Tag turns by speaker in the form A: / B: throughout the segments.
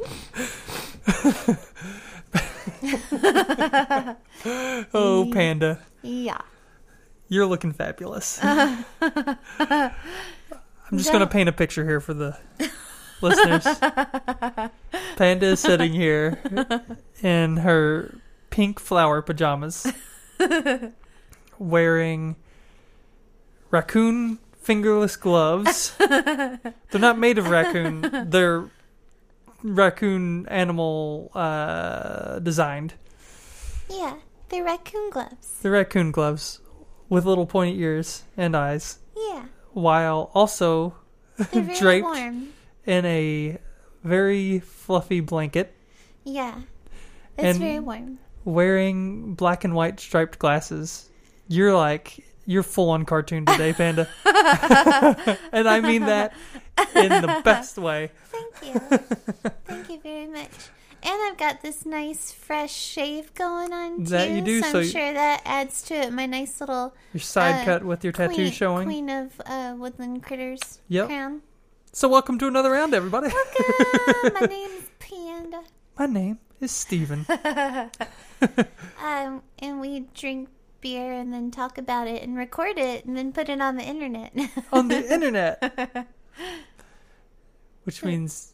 A: oh, Panda,
B: Yeah.
A: you're looking fabulous. I'm just going to paint a picture here for the listeners. Panda is sitting here in her pink flower pajamas, wearing raccoon fingerless gloves. they're not made of raccoon, they're raccoon animal uh, designed.
B: Yeah. The raccoon gloves.
A: the raccoon gloves with little pointy ears and eyes,
B: Yeah.
A: while also
B: They're very
A: Draped.
B: warm.
A: in a very fluffy blanket,
B: Yeah. It's
A: And-
B: very warm.
A: wearing black and white striped glasses. You're like, you're full on cartoon today, Panda. and I mean that in the best way.
B: Thank you. Thank you very much. And I've got this nice fresh shave going on too.
A: That you do,
B: so I'm
A: so you-
B: sure that adds to it. My nice little
A: Your side
B: Uh,
A: cut with your tattoo
B: queen,
A: showing.
B: queen of uh, woodland critters
A: Yep.
B: crown.
A: So, welcome to another round, everybody.
B: Ah, my name's Panda.
A: My name is Steven.
B: Um, and we drink beer and then talk about it and record it and then put it on the internet.
A: on the internet. Which means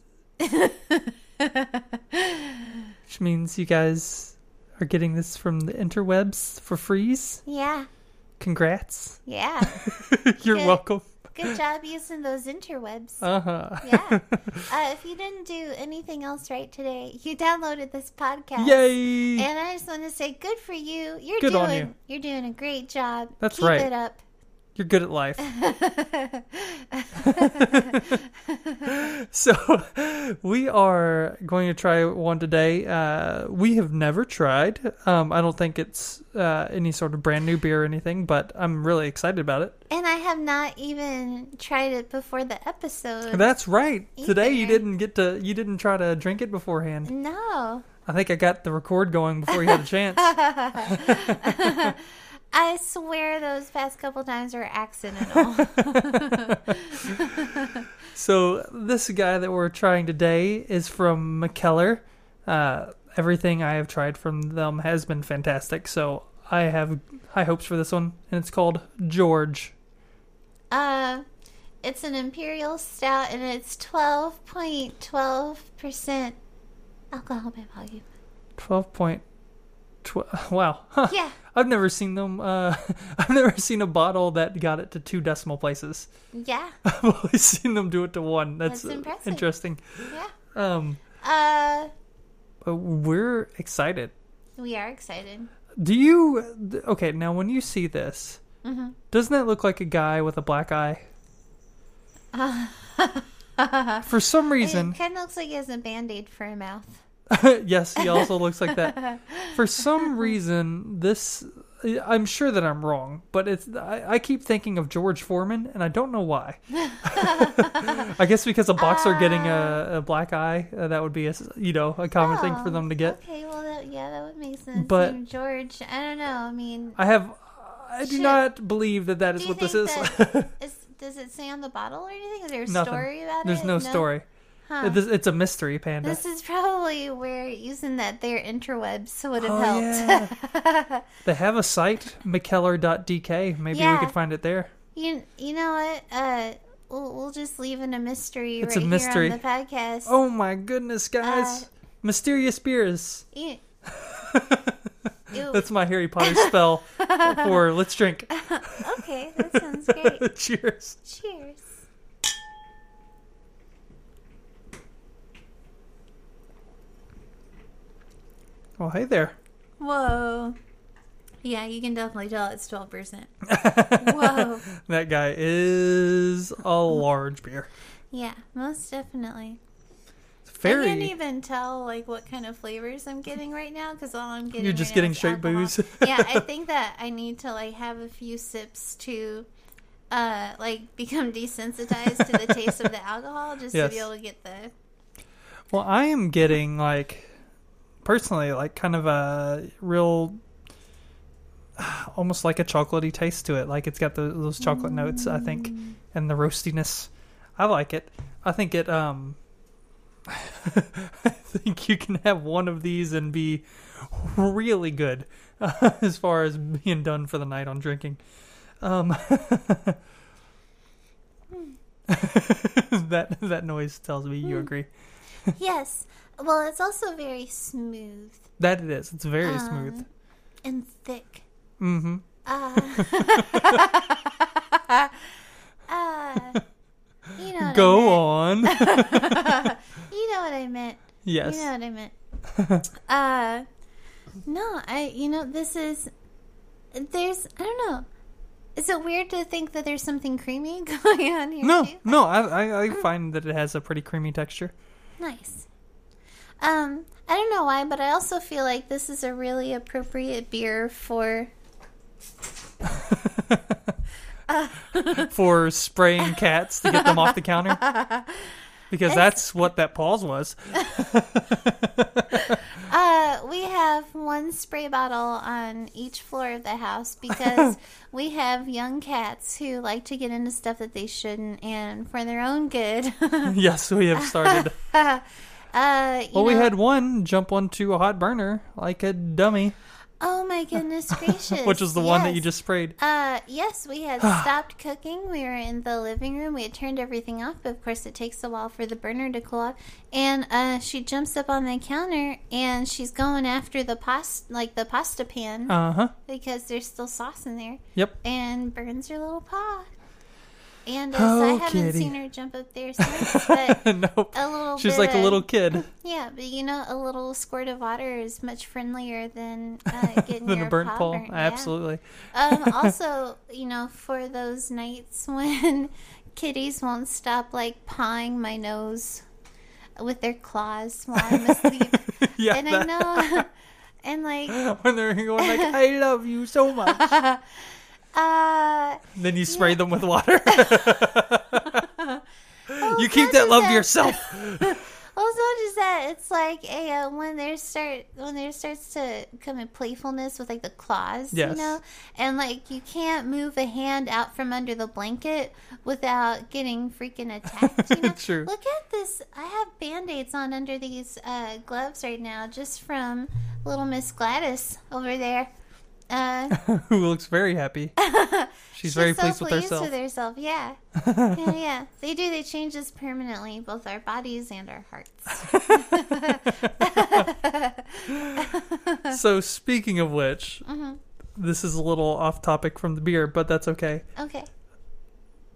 A: Which means you guys are getting this from the interwebs for freeze.
B: yeah,
A: Congrats.
B: yeah.
A: You're
B: Good.
A: welcome.
B: Good job using those interwebs.
A: Uh-huh.
B: Yeah. Uh, if you didn't do anything else right today, you downloaded this podcast.
A: Yay.
B: And I just want to say, good for you. You're
A: Good on
B: doing you. are doing a great job.
A: That's
B: Keep
A: right.
B: it up.
A: You're good at life. so, we are going to try one today. Uh, we have never tried. Um, I don't think it's uh, any sort of brand new beer or anything, but I'm really excited about it.
B: And I have not even tried it before the episode.
A: That's right. Today you
B: either.
A: didn't get to you didn't try to drink it beforehand.
B: no.
A: I think I got the record going before you had a chance.
B: I swear those past couple times were accidental.
A: so this guy that we're trying today is from McKellar. Uh, everything I have tried from them has been fantastic. So I have high hopes for this one, and it's called George.
B: uh, it's an imperial stout and it's 12.12% alcohol by volume.
A: Twelve point twelve. Wow. Huh.
B: Yeah.
A: I've never seen them. Uh, I've never seen a bottle that got it to two decimal places.
B: Yeah.
A: I've only seen them do it to one. That's,
B: That's
A: uh,
B: impressive.
A: interesting.
B: Yeah.
A: Um,
B: Uh,
A: but we're excited.
B: we are excited.
A: Do you? th- Okay, now when you see this,
B: Mm-hmm.
A: doesn't that look like a guy with a black eye? For some reason,
B: It kind of looks like he has a band aid for a mouth.
A: yes, he also looks like that. For some reason, this. I'm sure that I'm wrong, but it's I, I keep thinking of George Foreman, and I don't know why. I guess because a boxer getting a,
B: Ah.
A: a black eye, uh, that would be a s- you know a common thing for
B: Oh,
A: them to get.
B: Okay, well, that, yeah, that would make sense.
A: But-
B: Name George, I don't know. I mean,
A: I have. I do
B: Shit.
A: not believe that that is
B: Do you
A: what this
B: think
A: is.
B: that- is- does it say on the bottle or anything? Is there a
A: Nothing.
B: story about
A: There's
B: it?
A: no, story.
B: Huh.
A: It- this- it's a mystery, Panda.
B: This is probably where using that their interwebs would have
A: Oh,
B: helped.
A: yeah. they have a site, mckellar.dk. Maybe
B: Yeah.
A: we could find it there.
B: You you know what? Uh, we'll, we'll just leave in a mystery
A: It's a
B: right
A: mystery.
B: here on the podcast.
A: Oh my goodness, guys.
B: Uh,
A: Mysterious beers.
B: You- you-
A: That's my Harry Potter spell for let's drink.
B: okay, that sounds great.
A: Cheers.
B: Cheers.
A: Well, Oh, hey there.
B: Whoa. Yeah, you can definitely tell it's twelve percent. Whoa.
A: That guy is a large beer.
B: Yeah, most definitely. I
A: Very.
B: can't even tell like what kind of flavors I'm getting right now because all I'm getting
A: You're
B: right
A: just
B: now
A: getting
B: is
A: straight
B: alcohol.
A: booze.
B: yeah, I think that I need to like have a few sips to, uh, like become desensitized to the taste of the alcohol just to be
A: Yes.
B: able to get the
A: Well, I am getting like personally like kind of a real almost like a chocolatey taste to it. Like it's got the, those chocolate notes, I think, and the roastiness. I like it. I think it um I think you can have one of these and be really good uh, as far as being done for the night on drinking. Um, that that noise tells me you agree.
B: yes. Well, it's also very smooth
A: That it is. It's very smooth.
B: Um, and thick.
A: Mm-hmm.
B: Uh, uh, you know what
A: Go
B: I
A: on.
B: meant. you know what I meant.
A: yes.
B: You know what I meant. uh, no, I. You know, this is. There's. I don't know. Is it weird to think that there's something creamy going on here?
A: No,
B: too?
A: no, I, I, I find that it has a pretty creamy texture.
B: Nice. Um, I don't know why, but I also feel like this is a really appropriate beer for.
A: for spraying cats to get them off the counter. Because that's what that pause was.
B: Uh, we have one spray bottle on each floor of the house because we have young cats who like to get into stuff that they shouldn't, and for their own good.
A: yes, we have started.
B: uh, you
A: Well, we
B: know-
A: had one jump onto a hot burner like a dummy,
B: Oh my goodness gracious!
A: which was the one that you
B: yes.
A: just sprayed.
B: Uh, yes, we had stopped cooking. We were in the living room. We had turned everything off, but of course, it takes a while for the burner to cool off. And uh, she jumps up on the counter and she's going after the pasta, like the pasta pan,
A: Uh huh.
B: because there's still sauce in there,
A: Yep.
B: and burns her little paw. And uh,
A: Oh,
B: so I haven't
A: kitty.
B: seen her jump up there since, but
A: nope.
B: a little.
A: She's
B: bit
A: like a
B: of-
A: little kid.
B: Yeah, but you know, a little squirt of water is much friendlier than uh, getting
A: Than
B: your
A: a burnt
B: paw
A: paw.
B: burnt. Yeah.
A: Absolutely.
B: Um, also, you know, for those nights when kitties won't stop like pawing my nose with their claws while I'm asleep,
A: yeah.
B: and I
A: that-
B: know, and like,
A: when they're going like, I love you so much.
B: uh,
A: then you spray them with water.
B: well,
A: you
B: it's
A: keep that
B: not just
A: love to yourself.
B: Well, it's not just that. It's like a uh, when there start when there starts to come in playfulness with like the claws,
A: Yes.
B: you know, and like you can't move a hand out from under the blanket without getting freaking attacked. You know?
A: True.
B: Look at this. I have band aids on under these uh, gloves right now, just from Little Miss Gladys over there. Uh,
A: Who looks very happy. She's, very
B: so
A: pleased with herself.
B: with herself. Yeah, yeah, yeah. They do. They change us permanently, both our bodies and our hearts.
A: so speaking of which,
B: Mm-hmm.
A: this is a little off topic from the beer, but that's okay.
B: Okay.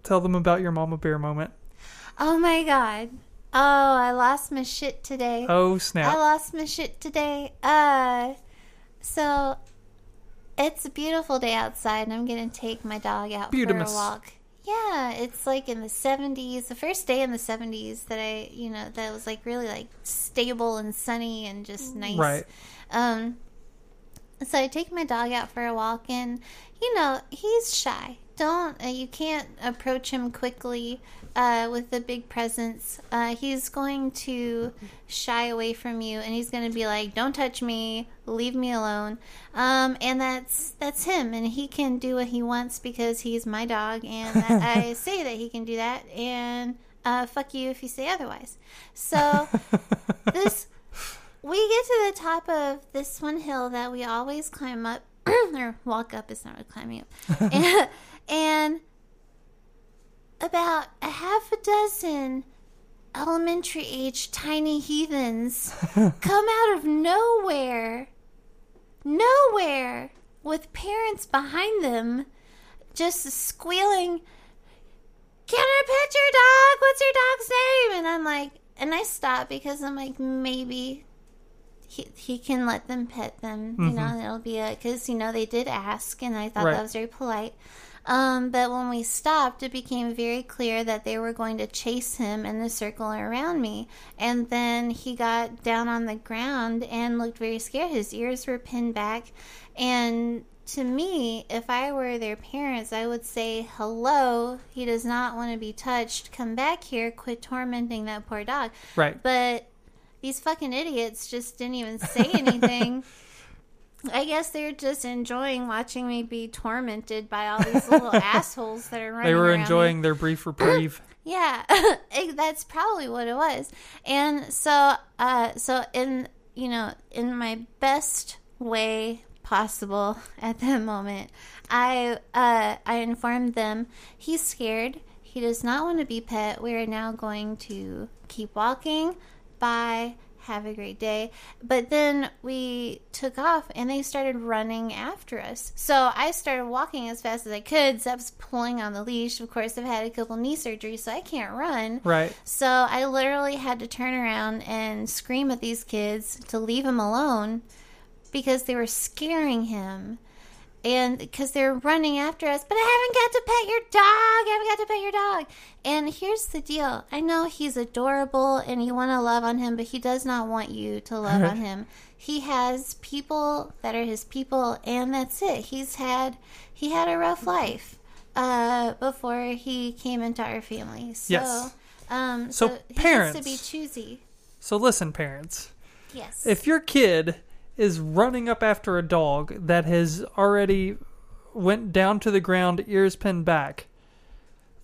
A: Tell them about your mama beer moment.
B: Oh my god. Oh, I lost my shit today.
A: Oh
B: I
A: snap!
B: lost my shit today. Uh so it's a beautiful day outside and I'm gonna take my dog out for
A: Beautimus.
B: a walk. Yeah, it's like in the seventies, the first day in the seventies that I you know, that was like really like stable and sunny and just nice.
A: Right.
B: Um so I take my dog out for a walk, and you know he's shy. Don't uh, you can't approach him quickly uh, with a big presence. Uh, he's going to shy away from you, and he's going to be like, "Don't touch me, leave me alone." Um, and that's that's him, and he can do what he wants because he's my dog, and I I say that he can do that, and uh, fuck you if you say otherwise. So this we get to the top of this one hill that we always climb up or walk up it's not really climbing up and, and about a half a dozen elementary age tiny heathens come out of nowhere nowhere with parents behind them just squealing can I pet your dog? What's your dog's name? And I'm like, and I stop because I'm like, maybe he, he can let them pet them, you know, and it'll be a, because, you know, they did ask, and I thought
A: Right.
B: that was very polite. Um, but when we stopped, it became very clear that they were going to chase him in the circle around me. And then he got down on the ground and looked very scared. His ears were pinned back. And to me, if I were their parents, I would say, Hello, he does not want to be touched. Come back here. Quit tormenting that poor dog.
A: right.
B: But these fucking idiots just didn't even say anything. I guess they're just enjoying watching me be tormented by all these little assholes that are running.
A: They were
B: around me.
A: enjoying their brief reprieve.
B: Yeah, it- that's probably what it was. And so, uh, so in you know, in my best way possible at that moment, I uh, I informed them he's scared. He does not want to be pet. We are now going to keep walking. Bye. Have a great day. But then we took off and they started running after us. So I started walking as fast as I could. Zep's pulling on the leash. Of course, I've had a couple knee surgeries, so I can't run.
A: right.
B: So I literally had to turn around and scream at these kids to leave him alone because they were scaring him. And because they're running after us, but I haven't got to pet your dog. I haven't got to pet your dog. And here's the deal I know he's adorable and you want to love on him, but he does not want you to love on him. He has people that are his people, and that's it. He's had he had a rough life uh, before he came into our family. So,
A: Yes.
B: um,
A: So
B: so, he
A: parents-
B: has to be choosy.
A: So listen, parents.
B: Yes.
A: If your kid is running up after a dog that has already went down to the ground, ears pinned back,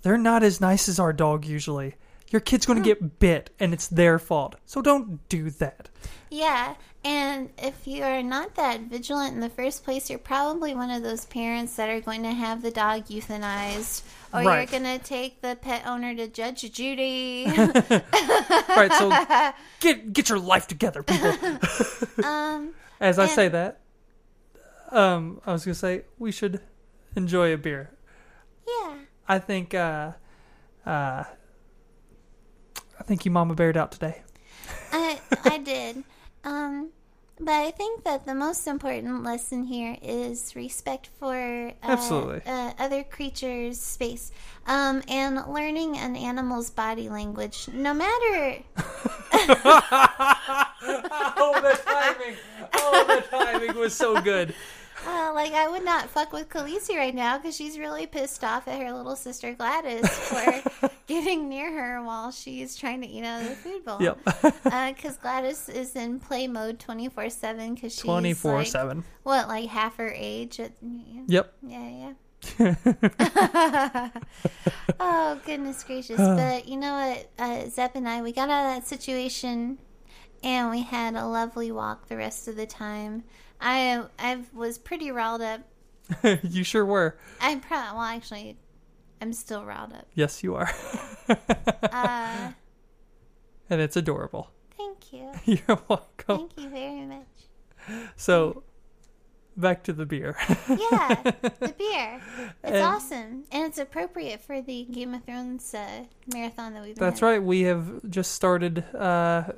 A: they're not as nice as our dog usually. Your kid's going to get bit, and it's their fault. So don't do that.
B: Yeah, and if you are not that vigilant in the first place, you're probably one of those parents that are going to have the dog euthanized, or
A: Right.
B: you're going to take the pet owner to Judge Judy.
A: All right. So get get your life together, people.
B: um,
A: As I say
B: And-
A: that, um, I was gonna say we should enjoy a beer.
B: yeah,
A: I think, uh, uh, I think you mama bared out today.
B: I I did. Um, but I think that the most important lesson here is respect for uh,
A: Absolutely.
B: uh, other creatures' space, um, and learning an animal's body language, no matter
A: Oh, the timing! Oh, the timing was so good.
B: Uh, like I would not fuck with Khaleesi right now because she's really pissed off at her little sister Gladys for getting near her while she's trying to eat out of the food bowl.
A: Yep,
B: Because Gladys is in play mode twenty four seven because she's
A: twenty four
B: like,
A: seven.
B: What like half her age? At,
A: Yep.
B: yeah, yeah. oh goodness gracious! But you know what, uh, Zepp and I, we got out of that situation, and we had a lovely walk the rest of the time. I I was pretty riled up.
A: you sure were.
B: I'm proud. Well, actually, I'm still riled up.
A: Yes, you are.
B: Uh,
A: and it's adorable.
B: thank you,
A: You're welcome.
B: thank you very much.
A: So, back to the beer.
B: Yeah, the beer. It's
A: And-
B: awesome, and it's appropriate for the Game of Thrones uh, marathon that we've been.
A: That's
B: having.
A: right. We have just started uh,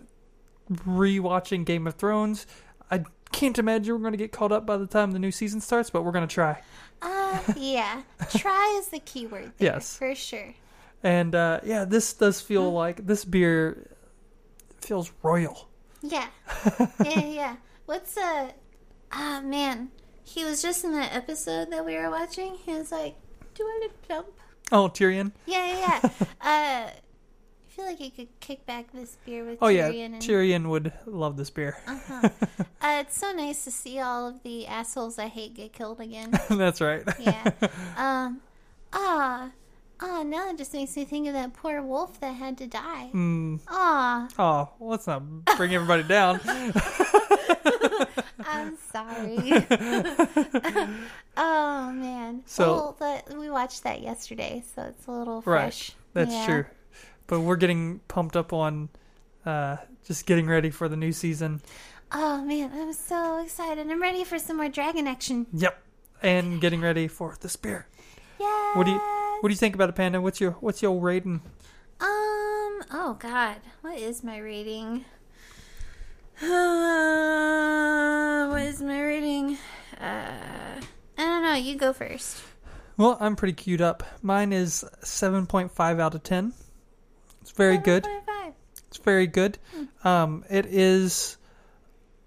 A: rewatching Game of Thrones. I can't imagine we're going to get caught up by the time the new season starts, but we're going to try.
B: Uh, yeah. Try is the key word. There,
A: Yes.
B: for sure.
A: And uh, yeah, this does feel like this beer feels royal.
B: Yeah, yeah, yeah. What's uh Ah, man, he was just in that episode that we were watching. He was like, "Do you want to jump?"
A: Oh, Tyrion.
B: Yeah, yeah, yeah. uh, I feel like you could kick back this beer with
A: Oh yeah,
B: Tyrion. and-
A: Tyrion would love this beer.
B: Uh, it's so nice to see all of the assholes I hate get killed again.
A: That's right.
B: Yeah. um. Ah. Ah. Now it just makes me think of that poor wolf that had to die.
A: Mm,
B: Ah.
A: oh, let's not bring everybody down.
B: I'm sorry. oh man.
A: So-
B: well, the, we watched that yesterday, so it's a little
A: Right.
B: fresh.
A: That's
B: Yeah.
A: true. But we're getting pumped up on uh, just getting ready for the new season.
B: Oh man, I'm so excited. I'm ready for some more dragon action.
A: Yep. And getting ready for the spear.
B: Yeah.
A: What do you what do you think about it, Panda? What's your what's your rating?
B: Um. Oh God, what is my rating? Uh, what is my rating? Uh, I don't know. You go first.
A: Well, I'm pretty queued up. Mine is seven point five out of ten. It's very good.
B: 7.5.
A: It's very good. Um, it is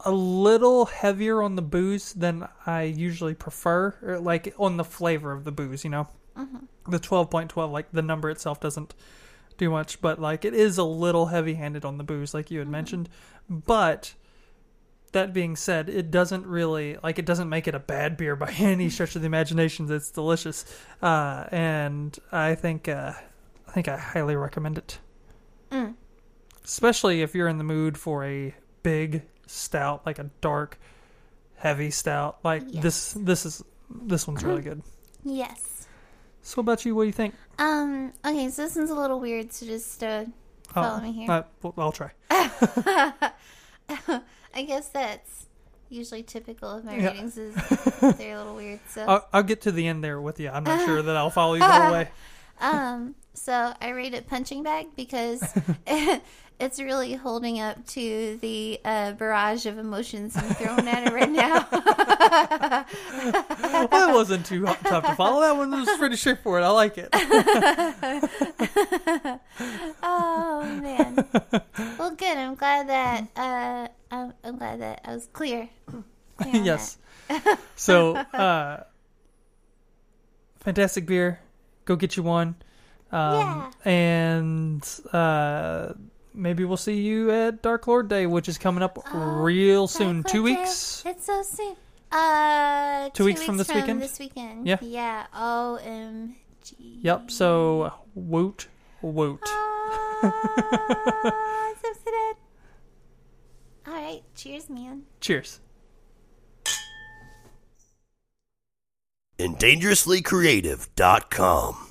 A: a little heavier on the booze than I usually prefer, or like on the flavor of the booze. You know, the twelve point twelve, like the number itself doesn't do much, but like it is a little heavy-handed on the booze, like you had mentioned. But that being said, it doesn't really like it doesn't make it a bad beer by any stretch of the imagination. It's delicious, uh, and I think uh, I think I highly recommend it.
B: Mm.
A: Especially if you're in the mood for a big stout, like a dark, heavy stout. Like this, this is this one's really good.
B: Yes.
A: So what about you? What do you think?
B: Um. Okay, so this one's a little weird. So just uh, follow me here.
A: Uh, well, I'll try.
B: I guess that's usually typical of my
A: Yeah.
B: readings. Is they're a little weird. So
A: I'll, I'll get to the end there with you. I'm not sure that I'll follow you the whole way.
B: Um, so I rate it punching bag because it's really holding up to the uh, barrage of emotions I'm throwing at it right now.
A: Well, that wasn't too h- tough to follow. That one was pretty straightforward. I like it.
B: oh man! Well, good. I'm glad that
A: Mm-hmm.
B: uh, I'm, I'm glad that I was clear. clear on
A: yes. so, uh, fantastic beer. Go get you one. Um, And uh, maybe we'll see you at Dark Lord Day, which is coming up
B: Oh,
A: real
B: that.
A: soon.
B: Like,
A: Two
B: what day?
A: weeks.
B: It's so soon. Uh,
A: Two weeks from this weekend?
B: This weekend.
A: Yeah.
B: Yeah. Omg.
A: Yep. So, woot, woot.
B: Ah, so excited. All right, cheers, man.
A: Cheers.
C: and dangerouslycreative.com.